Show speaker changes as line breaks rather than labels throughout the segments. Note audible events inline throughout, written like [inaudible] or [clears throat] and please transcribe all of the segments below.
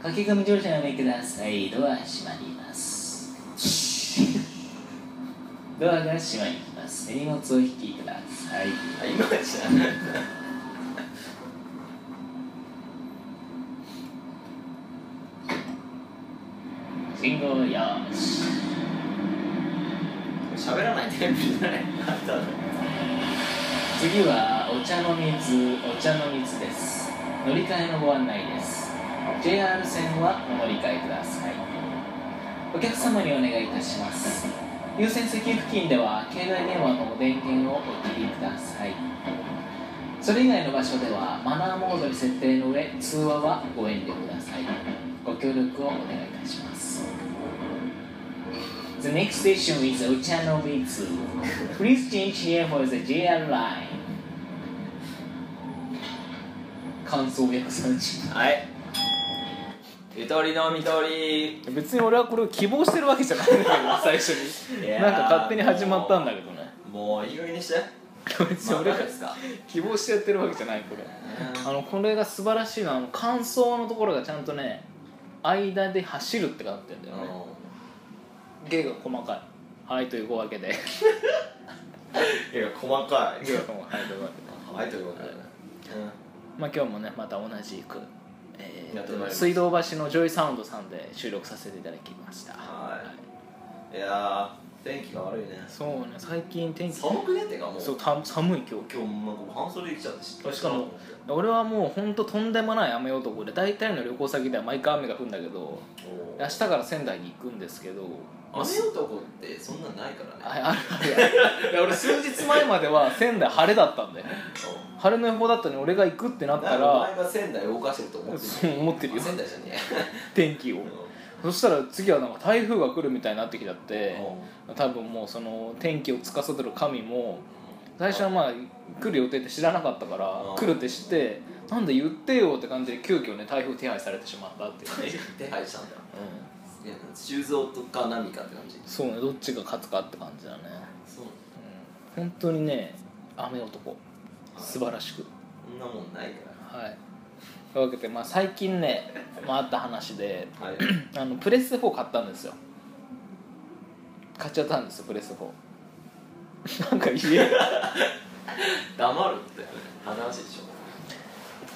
書き込み乗車をおください。ドア閉まります。ドアが閉まります。荷物を引きください。
あ今じゃん
信号よーし。
喋らないタイプじゃないあったの
次はお茶の水、お茶の水です。乗り換えのご案内です。JR 線はお乗り換えください。お客様にお願いいたします。優先席付近では携帯電話の電源をお切りください。それ以外の場所ではマナーモードに設定の上、通話はご遠慮ください。ご協力をお願いいたします。The next station is Ochanomitsu. Please change here for the JR line. 感想130。
はいゆとりのみとり
別に俺はこれを希望してるわけじゃないんだけど最初に
いやー
なんか勝手に始まったんだけどね
もういい加減にして
別に俺
ま
が
あ誰ですか
希望してやってるわけじゃないこれあのこれが素晴らしいのはあの感想のところがちゃんとね間で走るってなってんだよね芸が細かいはいというわけで
いや細かい
芸が細かいというわけで
はいということでね
まあ今日もねまた同じく、えー
やってまいりました
水道橋のジョイサウンドさんで収録させていただきました
はいいやー天気が悪いね
そうね最近天気
寒くねってかもう
そうた寒い今日
今日もなんか半袖できちゃってし
しかも俺はもうほんととんでもない雨男で大体の旅行先では毎回雨が降るんだけど
おー
明日から仙台に行くんですけど
雨男ってそんなんないからね
ああるあるいや俺数日前までは仙台晴れだったんだよ
そう
晴れの予報だったのに俺が行くってなった
なんからお前が仙台動かしてると思って
そう思ってる
る
よ
仙台じゃね
天気を
え
そしたら次はなんか台風が来るみたいになってきちゃって
うん
多分もうその天気を司る神も最初はまあ来る予定って知らなかったから
うん
来るって知ってなんで言ってよって感じで急遽ね台風手配されてしまったっていう、
手配したんだ
う
いや修造とか何かって感じ
ん、そうねどっちが勝つかって感じだね、
そう
うん、本当にね雨男素晴らしく
そんなもんないか
はいというわけで、まあ、最近ね、まあ、あった話で
らはい
あのプレス4買ったんですよ買っちゃったんですよプレス4なんか言えよ
黙るって話でし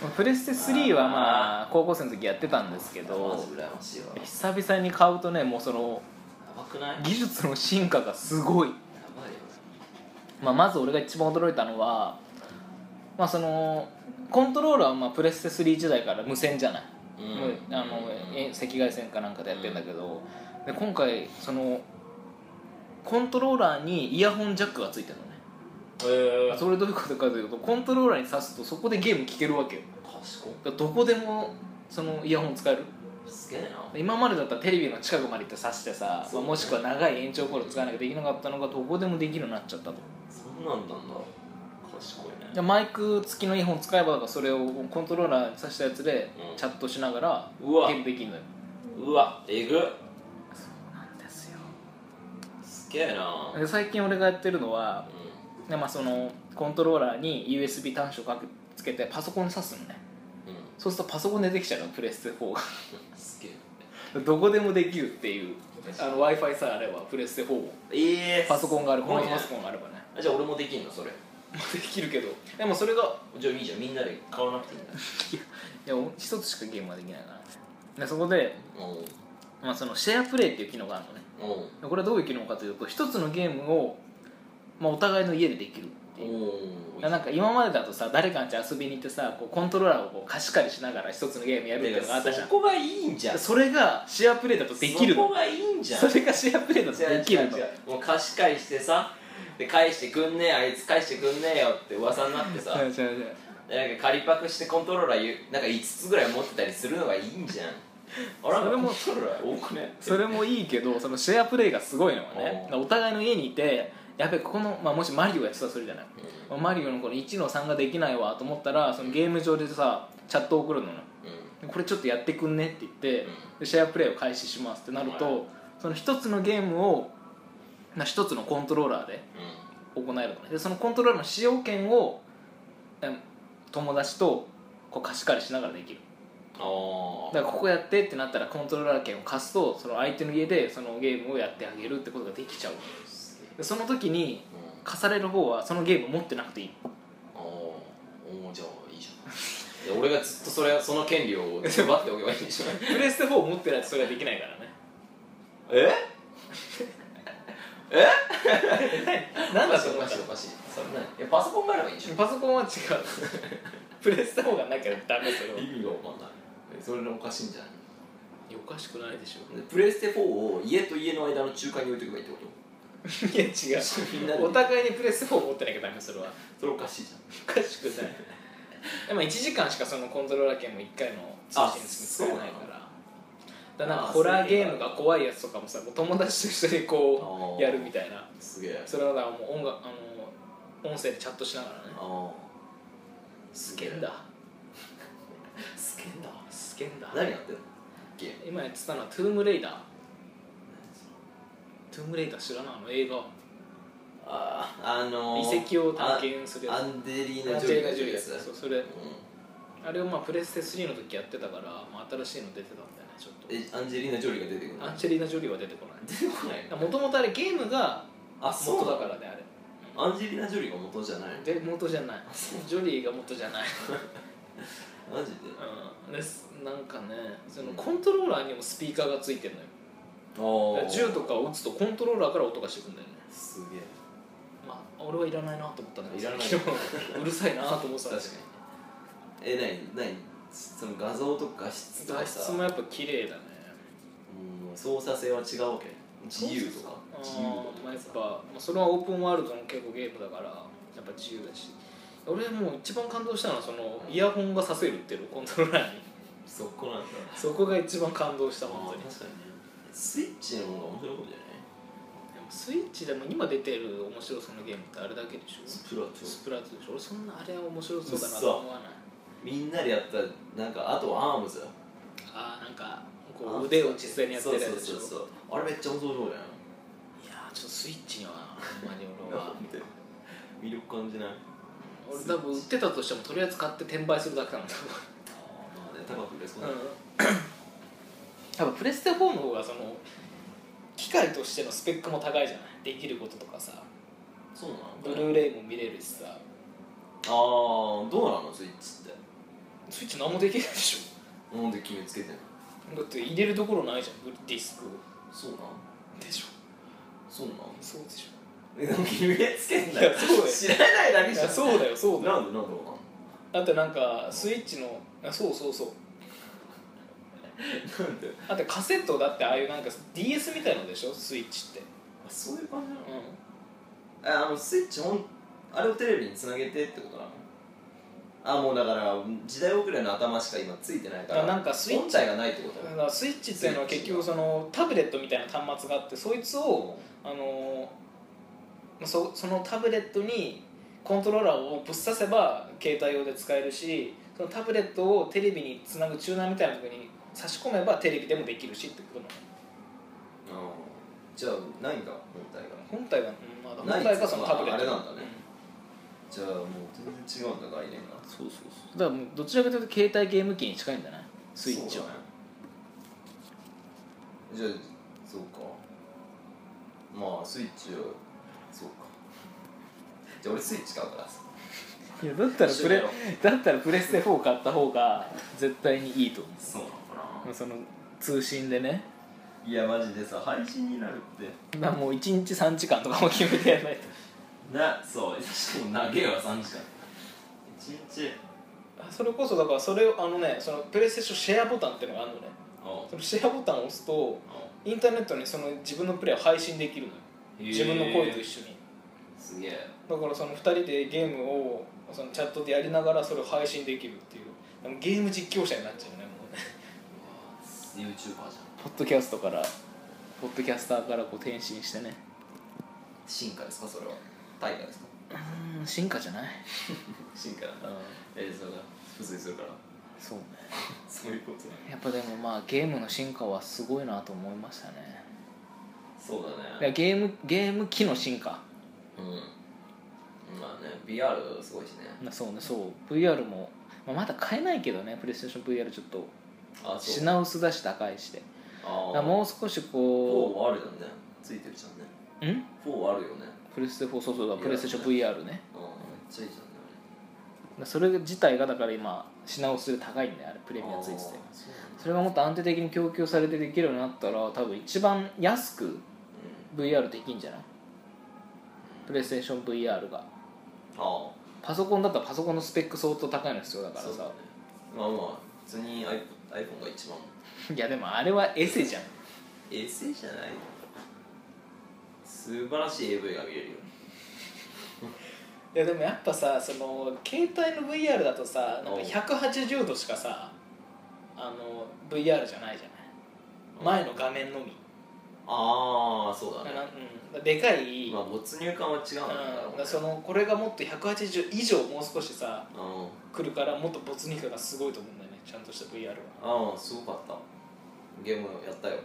ょ
[laughs] プレステ3はまあ高校生の時やってたんですけど
マジ羨ましいわや
久々に買うとねもうその
ばくないやばい
技術の進化がすごい、
よ
まあ、まず俺が一番驚いたのは、まあ、そのコントローラーはまあプレステ3時代から無線じゃない、もうあのえ赤外線かなんかでやってんだけど、で今回そのコントローラーにイヤホンジャックがついてるのね
え
それどういうことかというとコントローラーに挿すとそこでゲーム聴けるわけよ
賢
だからどこでもそのイヤホン使える
いすげえな
今までだったらテレビの近くまで行って挿してさ、
そ
ま
う
あ、もしくは長い延長コード使わなきゃできなかったのがどこでもできるようになっちゃったと
そんなんなんだ賢いね
でマイク付きのイヤホン使えばだからそれをコントローラーに挿したやつで
うん
チャットしながらゲ
うわ
ームできるのよ
うわえぐ
なんですよ
すげえな
で最近俺がやってるのは、
う
でまあ、そのコントローラーに USB 端子をかけつけてパソコンに挿すのね
んうん
そうするとパソコンでできちゃうのプレステ4が [laughs]
すげ
どこでもできるっていう w i f i さえあればプレステ4も
ええー
パソコンがある
す
こ
ご
の
いね
パソコンがあればね
あじゃあ俺もできんのそれ
できるけどでもそれが
じゃあいいじゃんみんなで買わなくていいんだ
いやお一つしかゲームはできないからねでそこで、
おう
まあ、そのシェアプレイっていう機能があるのね
おう
これはどういう機能かというと一つのゲームを、まあ、お互いの家でできるっていう
おう
なんか今までだとさ誰かんち遊びに行ってさこうコントローラーをこう貸し借りしながら一つのゲームやるっていうのがあったじゃん
そこがいいんじゃん
それがシェアプレイだとできる
そ
の
こがいいんじゃん
それがシェアプレイだと
違う
できるの
違う違うもう貸し借りしてさで返してくんねえあいつ返してくんねえよって噂になってさ
違う違う違う
でなんか借りパクしてコントローラーゆなんか5つぐらい持ってたりするのがいいんじゃんあら
それも
コントローラー多くね
それもいいけどそのシェアプレイがすごいのはね
うん
お互いの家にいてやべここの、まあ、もしマリオやってたらそれじゃないマリオのこの1の3ができないわと思ったらそのゲーム上でさチャット送るのね
うんうん
これちょっとやってくんねって言って、
うん
でシェアプレイを開始しますってなると、
はい
その一つのゲームをな一つのコントローラーで行えるのねでそのコントローラーの使用権をえ友達とこう貸し借りしながらできる
あ
だからここやってってなったらコントローラー権を貸すとその相手の家でそのゲームをやってあげるってことができちゃうでその時に貸される方はそのゲーム持ってなくていい
あおおじゃあいいじゃんいや俺がずっとそれその権利を奪っておけばいい
[laughs]
んでしょ
プレステ4持ってないとそれはできないからね
ええ
[laughs] なんだと
お
思う
かしいおかしいそれねいやパソコンがあればいいんでしょ
パソコンは違う [laughs] プレステ4がなきゃダメそれは
意味がわかんないえそれでおかしいんじゃない
おかしくないでしょ
でプレステ4を家と家の間の中間に置いとけばいいってこと
[laughs] いや違
みんなで
うお互いにプレステ4持ってなきゃダメそれは
それおかしいじゃん
おかしくないでも1時間しかそのコントローラー券も1回の通信に使えないからだからなんかホラーゲームが怖いやつとかもさもう友達と一緒にこ
あ
う
ー
やるみたいな
すげえ
それはだからもう音楽あの音声でチャットしながらね
あ
すげえんだ
あすげえな
すげえんだ
何やってんのゲーム
今やってたのはトゥームレイダートゥームレイダー知らないあの映画
あああのー、
遺跡を探検するやつ
あアンデリー
ア
ナ・
ン
ジ
ジェ
ョ
リー
リーが
ナ
出
ジ
て
ョリー
るや
や
つ
つ
だ
そうそれ
う
あれをまあプレステ3の時やってたから、まあ、新しいの出てたんだよねちょっと
んえアンジェリーナ・ジョリーが出てくるの
アンジェリーナ・ジョリーは出てこない
出てこない
もともとあれゲームが
あそう
元
だ
だ
か
からねあれ
らアンジェリーナ・ジョリーが元じゃないの
で元じゃないジョリーが元じゃない
マジで
うんですなんかねそのコントローラーにもスピーカーがついてるのよだ
あ
から銃とかを撃つとコントローラーから音がしてくんだよね
すげえ
まあ俺はいらないなと思ったんだけど
いらない
さっきの [laughs] うるさいなと思ってたんだ
確か
けど
にえなになにその画像と画質とか
画
さ
質もやっぱ綺麗だね
うん操作性は違うわけ自由とか
あ
自由度
ーまあやっ
と
ぱ
かさ
まあそれはオープンワールドの結構ゲームだからやっぱ自由だし俺もう一番感動したのはそのイヤホンがさせるっていうコントローラーに [laughs]
そこなんだ
そこが一番感動した本当に
あー確かにねスイッチの方が面白いことじゃない
でもスイッチでも今出てる面白そうなゲームってあれだけでし
ス
ょ
プラトゥーン
スプラトゥーンでしょ俺そんなあれは面白そうだなとは思わない
みんなでやったなんかあとはアームズだ
ああなんかこう腕を実際にやってるやつでしょ
そうそうそうそうあれめっちゃ面白そうじゃない
いやーちょっとスイッチにはほんまに俺は
魅力感じない
俺多分売ってたとしてもとりあえず買って転売するだけだもん多
あーまあね高く売れそ
[clears throat]
うだ
分
ね
多分プレステ4の方がその機械としてのスペックも高いじゃないできることとかさ
そうな
ブ
のあ
ルーレイも見れるしさ
あーどうなのスイッチって
スイッチ何もできないでし
なんで決めつけてんの
ょだって入れるところないじゃんディスク
そうなん
でしょ
そうなん
そうでしょ
えなんか決めつけんない
やそうだよ
知らないだけ
い
じゃ
や
ん
そうだよそうだよ
なんでなんでわかん
だってなんかスイッチのあそうそうそう
ないなんで
だってカセットだってああいうなんか DS みたいのでしょスイッチって
あそういう感じな
う
のえあのスイッチ本あれをテレビにつなげてってことなのあもうだから時代遅れの頭しか今ついてないから
あなんかスイッチ
本体がないってこと
んだからスイッチっていうのは結局そのタブレットみたいな端末があってそいつをあのーそそのタブレットにコントローラーをぶっ刺せば携帯用で使えるしそのタブレットをテレビにつなぐチューナーみたいなところに差し込めばテレビでもできるしってことなの
あーじゃあないんだ本体が
本体が、うんまあ、
ない
本体がそのタブレット
ああれなんだねじゃあもう全然違うんだ概念が
そうそうそうだからもうどちらかというと携帯ゲーム機に近いんじゃないスイッチは、
そうだねじゃあそうかまあスイッチをそうかじゃあ俺スイッチ買うからさ
いやだったら
一緒
プ
だ
レ
よ
だったらプレステ4買った方が絶対にいいと思
そうなのか
うその通信でね
ないやマジでさ配信になるって
まあもう1日3時間とかも決めてやらないと
なそうしかも長えわ3時間1日
それこそだからそれをあのねそのプレイステーションシェアボタンっていうのがあるのね
あ
そのシェアボタンを押すとインターネットにその自分のプレイを配信できるのよ自分の声と一緒に
すげえ
だからその2人でゲームをそのチャットでやりながらそれを配信できるっていうでもゲーム実況者になっちゃうねもうね
YouTuber じゃん
[laughs] ポッドキャストからポッドキャスターからこう転身してね
進化ですかそれは大化ですか
うん進化じゃない
進化なんだ映像が付随するから
そうね
そういうこと
やっぱでもまあゲームの進化はすごいなと思いましたね
そう
だ
だ
から
ね
ゲームゲーム機の進化
うんまあね VR すごいしね
まあそうねそう VR も、まあ、まだ買えないけどねプレイステーション VR ちょっと
あそう
品薄だし高いしでだか
あ
ら
あ
もう少しこ
4はあるよねついてるじゃんね
ううん
4あるよね
プレステ4そうそうだプレステション VR ね
ああめっちゃいいじゃんね
それ自体がだから今品薄で高いんだよあれプ
あれ
レミアついてて
ああそうなんだ
それがもっと安定的に供給されてできるようになったら多分一番安く VR できんじゃないプレイステーション VR が
うんあ
パソコンだったらパソコンのスペック相当高いの必要だか
あ
ら
そうだ
さ
ねまあまあ普通に iPhone iPhone が一番
いやでもあれはエセじゃん
衛星じゃない素晴らしい AV が見れるよ
いやでもやっぱさその携帯の VR だとさ
なんか
180度しかさあの VR じゃないじゃない前の画面のみ
ああそうだね
でかい
まあ没入感は違うんだろうね
のこれがもっと180以上もう少しさ
うん
来るからもっと没入感がすごいと思うんだよねちゃんとした VR は
ああすごかったゲームやったよ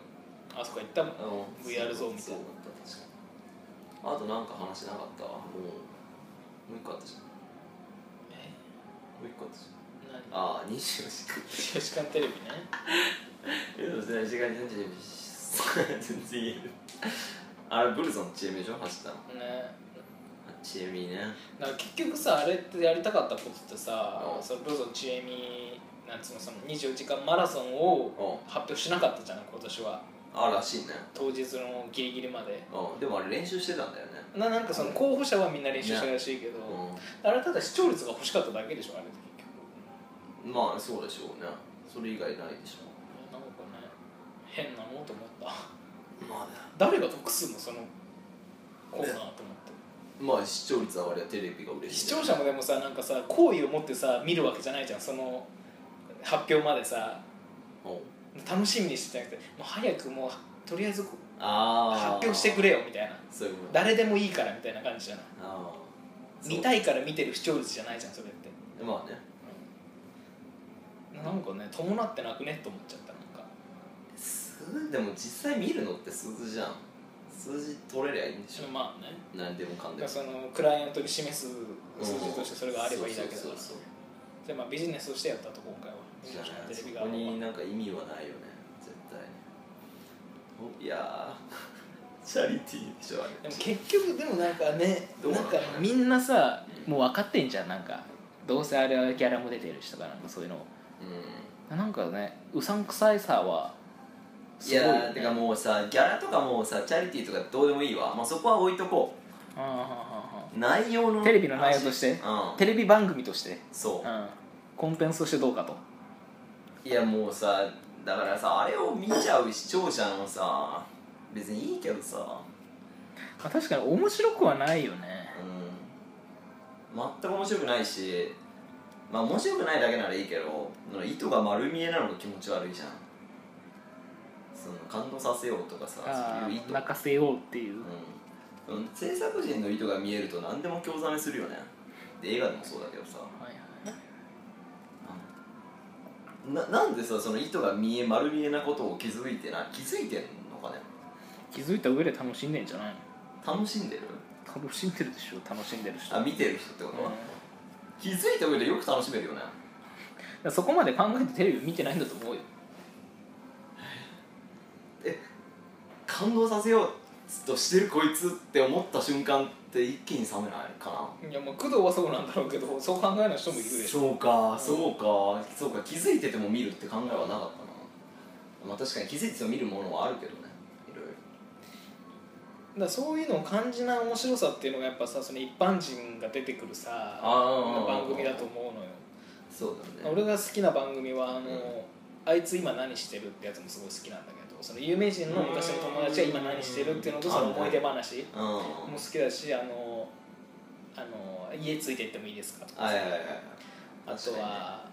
あそこ行ったもん
あの
VR ゾーンみたいな
そうだった確かにあとなんか話なかったわもうもう一個あったじゃんもう一個あったじゃんああ24時間
[laughs] 24時間テレビね
24時間24時間全然言える [laughs] あれブルゾンのチームでしょ走ったの
ね
チームいいね
だから結局さあれってやりたかったことってさ
うん
そのブルゾンちえみなんつうのその24時間マラソンを
う
発表しなかったじゃない今年は
あらしいね
当日のギリギリまで
うんでもあれ練習してたんだよね
ななんかその候補者はみんな練習したらしいけど、
う
あれただ視聴率が欲しかっただけでしょあれって結局
んまあそうでしょうねそれ以外ないでしょ
なんかね変なもんと思った [laughs]
まあね
誰が得すんのそのコーナーと思って
まあ視聴率上がりはテレビが嬉し
視
い
聴者もでもさなんかさ好意を持ってさ見るわけじゃないじゃんその発表までさ
うん
楽しみにしてじゃなくてもう早くもうとりあえず
ああ
発表してくれよみたいな
そういうこと
誰でもいいからみたいな感じじゃない
ああ
見たいから見てる視聴率じゃないじゃんそれって
そうまあね
なんかね伴ってなくねと思っちゃったなんか
数でも実際見るのって数字じゃん数字取れりゃいいんでしょ
まあね
何でもかん
だ
で
から
も
そのクライアントに示す数字としてそれがあればいいだけだ
そ
か
う
ら
そうそう
じゃあまあビジネスとしてやったと今回は
じゃあ
テレビ
そ
側
こ
は
になんか意味はないよね絶対においやー [laughs] チャリティーでしょあれ
でも結局でもなんかね
どうな
なん
の
かみんなさもう分かってんじゃんなんかどうせあれはギャラも出てるしとかなんかそういうの
う
なんかねうさんくさいさは
んい
すごいよね
やーてかもうさギャラとかもうさチャリティーとかどうでもいいわまあそこは置いとこ
あーはーは
う内容の
テレビの内容としてーは
話
ー
うん
テレビ番組として、
そう
う、ん、コンテンツとしてどうかと
いやもうさだからさあれを見ちゃう視聴者のさ別にいいけどさ
まあ確かに面白くはないよね
うん全く面白くないしまあ面白くないだけならいいけどその糸が丸見えなのが気持ち悪いじゃんその感動させようとかさ
あ
そういう意
ー
図
泣かせようっていう、
うんうん制作人の意図が見えると何でも興ざめするよねで映画でもそうだけどさ
はいはい
ななんでさその意図が見え丸見えなことを気づいてない気づいてんのかね
気づいた上で楽しんでんじゃないの
楽しんでる
楽しんでるでしょ楽しんでる人
あ見てる人ってこと、
う
気づいた上でよく楽しめるよね
んそこまで考えてテレビ見てないんだと思うよ
感動させようとしてるこいつって思った瞬間って一気に冷めないか
いやまあ工藤はそうなんだろうけ [laughs] どそう考えない人
な
もいるでしょ
そうかそうかそうか気づいてても見るって考えはなかったなまあ確かに気づいてても見るものはあるけどねいろいろ
だからそういうのを感じない面白さっていうのがやっぱさその一般人が出てくるさ
あー
番組だと思うのよ
そうだね
俺が好きな番組はあの、
うん
あいつ今何してるってやつもすごい好きなんだけどその有名人の昔の友達が今何してるっていうのとその思い出話
うん
も好きだしあのあの家ついてってもいいですかとか
はいはいはいはい
あとは、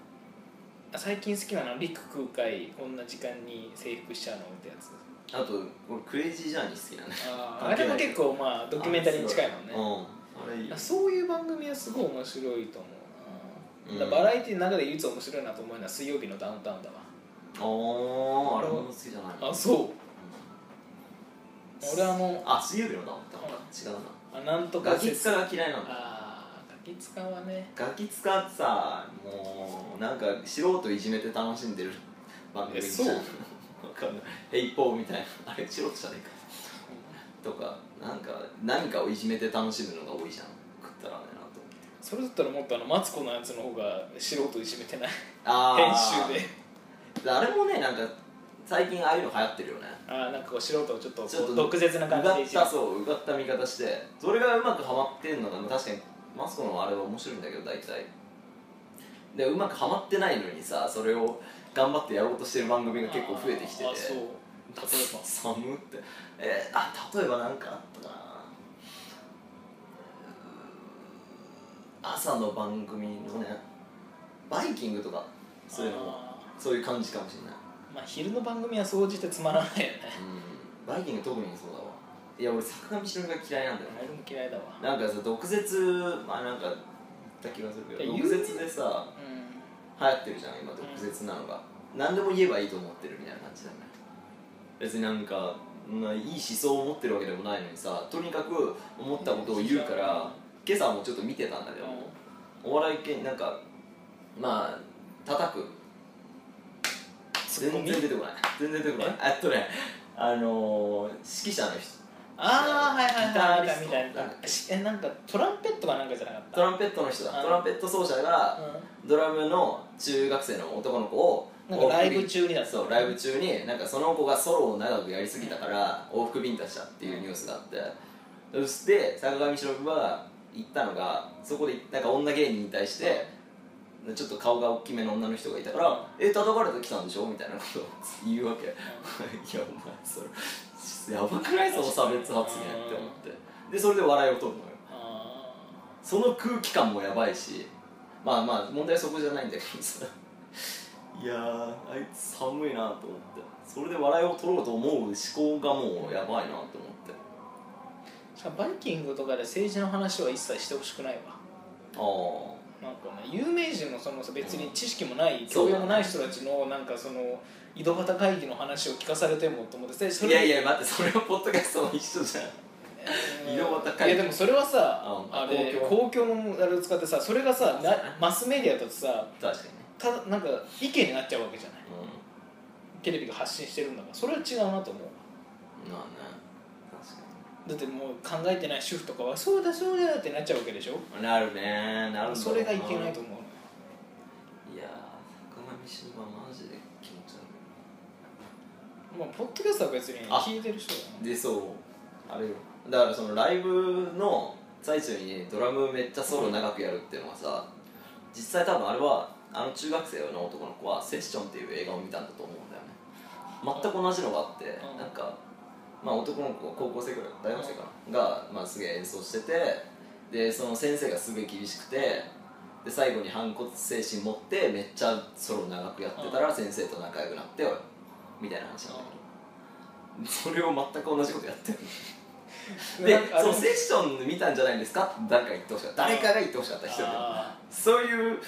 最近好きなのは陸空海こんな時間に征服しちゃうのってやつ
あと俺クレイジージャーニー好きなんだ
あ
関係
れ
な
も
い
結構ま [laughs] あドキュメンタリーに近いもんね
うんあれいいよ
そういう番組はすごい面白いと思うな、
うん
だからバラエティの中で唯一面白いなと思うのは水曜日のダウンタウンだわ
あああれも好きじゃないの
あそう俺あの
あ水曜日のだったのか違うな
あなんとか
ガキ使が嫌いなの
ああガキ使はね
ガキ使ってさもうなんか素人いじめて楽しんでる番組
えそう
わかんないヘイポーみたいなあれチロッチじゃねえかとかなんか何かをいじめて楽しむのが多いじゃん食ったらねえなと思って
それだったらもっとあのマツコのやつの方が素人いじめてない編
あ
集で
であれもねなんか最近ああいうの流行ってるよね
あーなんかこう素人をちょっとこう
ちょっと
毒舌な感じでいうじ
が
め
ったそううがった見方してそれがうまくはまってんのが確かにマスコのあれは面白いんだけど大体でうまくはまってないのにさそれを頑張ってやろうとしてる番組が結構増えてきてて
あーそう例えば
[laughs] 寒ってえー、あ例えば何かあったかなうーん朝の番組のねバイキングとかそういうのも
あ
そういう感じかもしれない
ーまあ昼の番組は総じてつまらないよね
うんバイキング特にそうだわいや俺坂上忍が嫌いなんだよね
あれも嫌いだわ
なんかさ毒舌まあなんか言った気がするけど
いや
毒舌でさ
うん
流行ってるじゃん今毒舌なのが、何でも言えばいいと思ってるみたいな感じだよね別になんかまあいい思想を持ってるわけでもないのにさとにかく思ったことを言うから今朝もちょっと見てたんだけど、お笑い系なんかまあ叩く全然出てこない全然出てこないえっとねあのー、指揮者の人
ああはいはいはい
ギタリスト
みたいなみたいなしえなんかトランペットかなんかじゃなかった
トランペットの人だ
あ
トランペット奏者がドラムの中学生の男の子を
なんかライブ中にだった
そうライブ中になんかその子がソロを長くやりすぎたから往復ビンタしたっていうニュースがあってそして坂上忍は言ったのがそこでなんか女芸人に対してちょっと顔が大きめの女の人がいたから「え叩かれてきたんでしょ?」みたいなことを [laughs] 言うわけいやお前それやばくないその差別発言って思ってでそれで笑いを取るのよ
あ
その空気感もやばいしまあまあ問題はそこじゃないんだけどさ [laughs] いやーあいつ寒いなと思ってそれで笑いを取ろうと思う思考がもうやばいなと思って
ーしかもバイキングとかで政治の話は一切してほしくないわ
あ
なんかね有名人のその別に知識もない教養もない人たちのなんかその井戸端会議の話を聞かされてもと思ってでそ
あい
れ
やいや待ってそれはポッドキャストの一緒じゃん
うん
井戸端会議
いやでもそれはさ
うん
あれ
公
公共のあれを使ってさそれがさなマスメディアだとさ
確かにね
たなんか意見になっちゃうわけじゃない
うん
テレビが発信してるんだからそれは違うなと思う
まあね確
だってもう考えてない主婦とかはそうだそうだってなっちゃうわけでしょ
かになるねなるんだろうな
それがいけないと思う
いやー坂上忍はマジで気持ち悪い
まあポッドキャストは別に
あ
聞いてる人だな
でそうあれよだからそのライブの最中にドラムめっちゃソロ長くやるっていうのはさ実際多分あれはあの中学生の男の子は「セッション」っていう映画を見たんだと思うんだよね全く同じのがあって
うん
なんかまあ男の子高校生ぐらい大学生かなが、まあ、すげえ演奏しててでその先生がすげえ厳しくてで最後に反骨精神持ってめっちゃソロ長くやってたら先生と仲良くなってみたいな話なんだけどそれを全く同じことやって
[laughs]
るで
なんかあ
そ
れ
のセッション見たんじゃないんですかって誰か言ってほしかった誰かが言ってほしかった一人で
あ
そういう
ー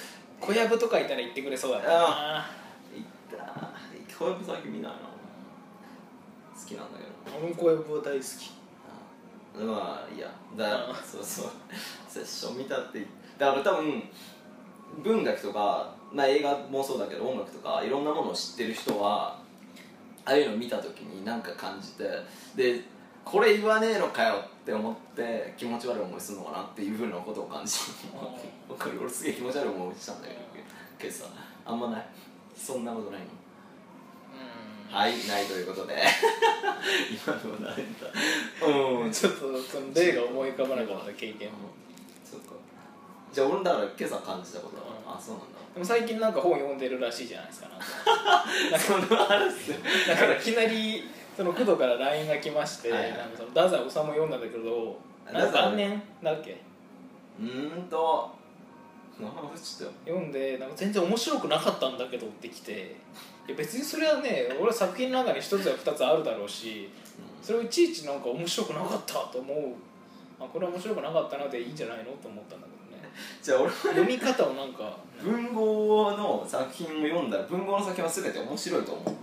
小籔とかいたら言ってくれそうだったな
言った小籔最近見ないな好きなんだけど
俺も小籔は大好き
うんまあいいやだ
うん
そうそうセッション見たってだから多分文学とか、まあ、映画もそうだけど音楽とかいろんなものを知ってる人はああいうの見た時に何か感じてでこれ言わねえのかよって思って気持ち悪い思いするのかなっていうふうなことを感じたわかる俺すげえ気持ち悪い思いしたんだけど今朝あんまないそんなことないの
う
はいないということ [laughs] で今のは何だうん
んちょっとその例が思い浮かばなかった経験も
そうかじゃあ俺だから今朝感じたこと
う
はあそうなんだ
でも最近なんか本読んでるらしいじゃないですかなんか
その話
だからいきなりその工藤から LINE が来まして、
はいはい
なんかその太宰治も読んだんだけど
あ
なんか
太宰
何年だっけ
うーんと名前忘れちゃっ
読んでなんか全然面白くなかったんだけどってきていや別にそれはね俺は作品の中に一つや二つあるだろうしそれをいちいちなんか面白くなかったと思うあこれは面白くなかったなでいいんじゃないのと思ったんだけどね
じゃあ俺は
読み方をなんか
文豪の作品を読んだら文豪の作品は全て面白いと思っ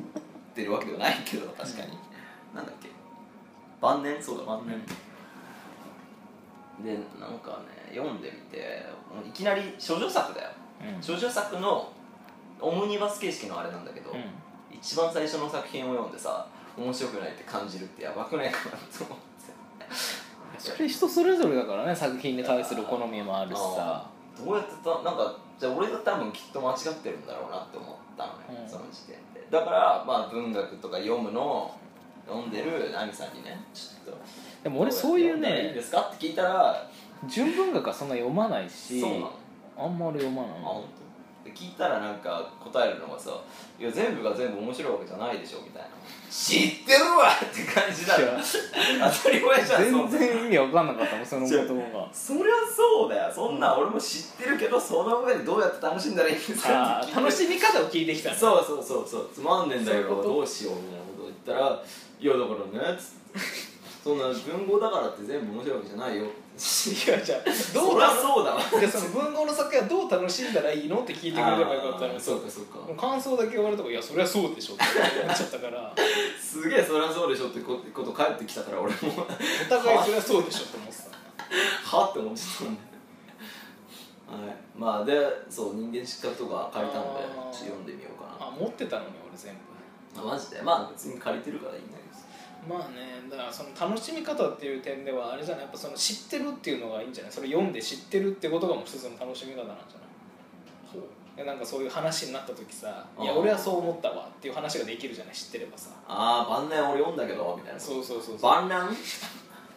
てるわけではないけど確かに、なんだっけ晩年そうだ晩年、でなんかね読んでみてもういきなり処女作だよ
うん
処女作のオムニバス形式のあれなんだけど、
う
一番最初の作品を読んでさ面白くないって感じるってやばくないかなと思って
それ人それぞれだからね作品に対する好みもあるしさ
どうやってたなんかじゃあ俺が多分きっと間違ってるんだろうなって思ったのね、
うん
その時点でだからまあ文学とか読むの読んでるナミさんにねちょっと
でも俺そういう
どやって読んだらいい
ね
ですかって聞いたら
純文学はそんな読まない
そう
し
なの
あんまり読まない
あ本当。で聞いたらなんか答えるのがさ「いや全部が全部面白いわけじゃないでしょ」みたいな「知ってるわ!」って感じだ
い
よ
や
当たり前じゃんそ
全
んな
然意味わかんなかったもんその言 [laughs] 葉
そりゃそうだよそんなん俺も知ってるけどその上でどうやって楽しんだらいいんですか
が
って聞いて
楽しみ方を聞いてきた
そうそうそうそうつまんねえんだけ
そういう
ど
こと
どうしようみたいなことを言ったら「いやだからね」つってそんな文豪だからって全部面白いわけじゃないよ」
違う違うど
そうりゃ
楽
そうだわ
いやその文豪の作品はどう楽しんだらいいのって聞いてくれればよかったの
あー
に
そうかそうか
もう感想だけ言われたから「いやそりゃそうでしょ」ってなっちゃったから
すげえそりゃそうでしょってここと帰ってきたから俺も
お互いそりゃそうでしょって思ってた
はって思っちゃったんだよはいまあでそう人間失格とか借りたので
あー
ちょっと読んでみようか
あ持ってたのに俺全部
なあマジでまあ別に借りてるからいいんだけ
まあねだからその楽しみ方っていう点ではあれじゃないやっぱその知ってるっていうのがいいんじゃないそれ読んで知ってるってことがもう一つの楽しみ方なんじゃない
ど
でなんかそういう話になった時さ「いや
あー
俺はそう思ったわ」っていう話ができるじゃない知ってればさ
ああ晩年俺読んだけどみたいな
そうそうそうそう
晩年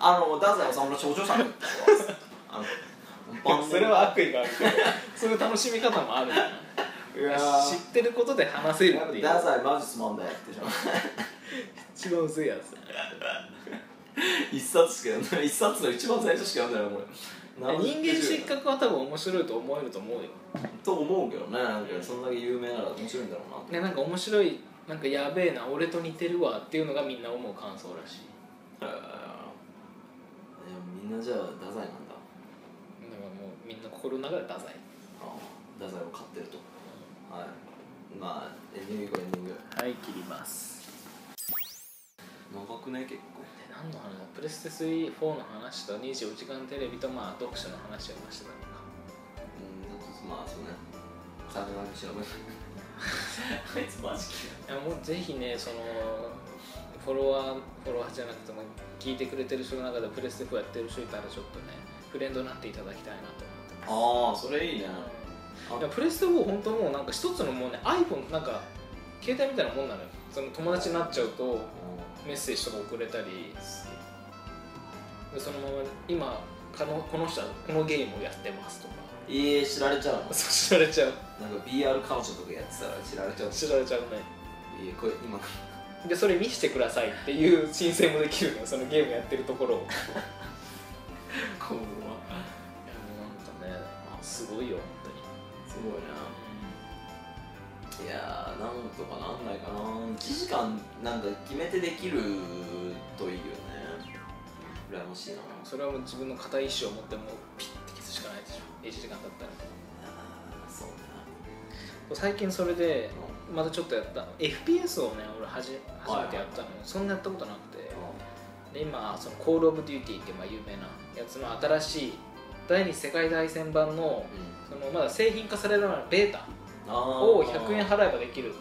あの太宰治の少女作ってさあの晩年
それは悪意がある [laughs] けどそういう楽しみ方もあるじゃない
いや
知ってることで話せるっていう
ー太宰マジつまんだよってじゃん
一番薄いやつ
一冊しか読んでない一冊の一番最初しか読んでないもん俺
人間失格は多分面白いと思えると思うよ
と思うけどねなんかそんだけ有名なら面白いんだろうなって
ねなんか面白いなんかやべえな俺と似てるわっていうのがみんな思う感想らしい
えーいやみんなじゃあ太宰なん
だ
だ
からもうみんな心の中で太宰
あー太宰を買ってるとはいまあエンディングいこうエンディング
はい切ります
長くね結構
で何の話だプレステ34の話と24時間テレビとまあ読書の話を今してたのか
うんだとまあそうねサメのしのぶあいつマジ
いやもうぜひねそのフォロワーフォロワーじゃなくても聞いてくれてる人の中でプレステ4やってる人いたらちょっとねフレンドになっていただきたいなと思って
ああそれいいねあ
いやプレステ4本当もうなんか一つのもうね iPhone なんか携帯みたいなもんなのよその友達になっちゃうとメッセージとか送れたりでそのまま今このこの人はこのゲームをやってますとか
いいえ知られちゃうの
そう知られちゃう
なんか BR 彼女とかやってたら知られちゃうし
知られちゃうね
いいえこれ今
でそれ見せてくださいっていう申請もできるのよそのゲームやってるところをいやもうなんか
こんばんは
ねあすごいよ本
すごいな
当に
いやーなんとかなんないかな1時間なんか決めてできるといいよね羨ましいな
それはもう自分の硬い意志を持ってもうピッて消すしかないでしょ1時間経ったら
あーそう
最近それで
だな
またちょっとやった FPS をね俺はじ初めてやったのよ、そんなやったことなくてで今その「コール・オブ・デューティー」ってまあ有名なやつの新しい第二次世界大戦版の
う
そのまだ製品化される前のベータ
んあ
を
ー
100円払えばできる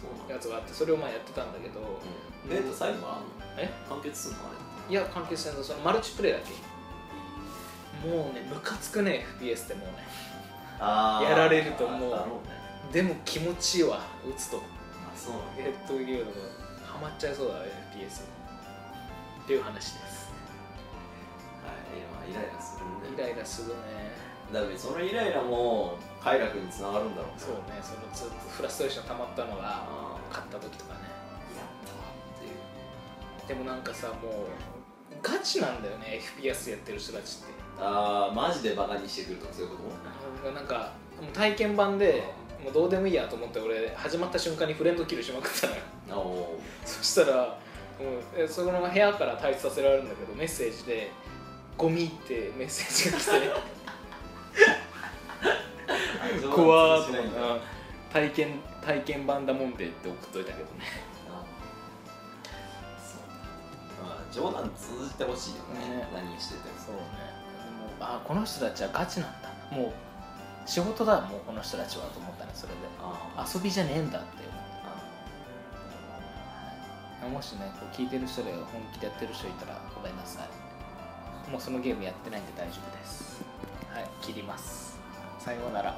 そうなんだ
やつがあってそれをまあやってたんだけど
うんデート最後は
え
完結するのあ
いや関係してんのそのマルチプレイだけもうねムカつくね FPS ってもうね
れあー
やられると思う
だろうね
でも気持ちいいわ打つと
あそうなん
ヘ
だ
ッドゲームがハマっちゃいそうだ FPS っていう話です
はいいやまあイライラするん
イ
で
ライラするね
だからそのイライラも快楽につながるんだろうね
そうねそのずっとフラストレーション溜まったのが
あー
買った時とかね
やったわっていう
でもなんかさもうガチなんだよね FPS やってる人たちって
ああマジでバカにしてくるとかそういうこと
なんかもう体験版でもうどうでもいいやと思って俺始まった瞬間にフレンドキルしまくったのよ [laughs]
あお
そしたらもうえその部屋から退出させられるんだけどメッセージで「ゴミ」ってメッセージが [laughs] 来て怖ーと思ってうん体験体験版だもんでって送っといたけどね
あそうまあ冗談通じてほしいよね
ね
何してても
そうねあこの人たちはガチなんだもう仕事だもうこの人たちはと思ったねそれで
あ
遊びじゃねえんだって思っ
あ
もしねこう聞いてる人で本気でやってる人いたらごめんなさいもうそのゲームやってないんで大丈夫ですはい切りますさようなら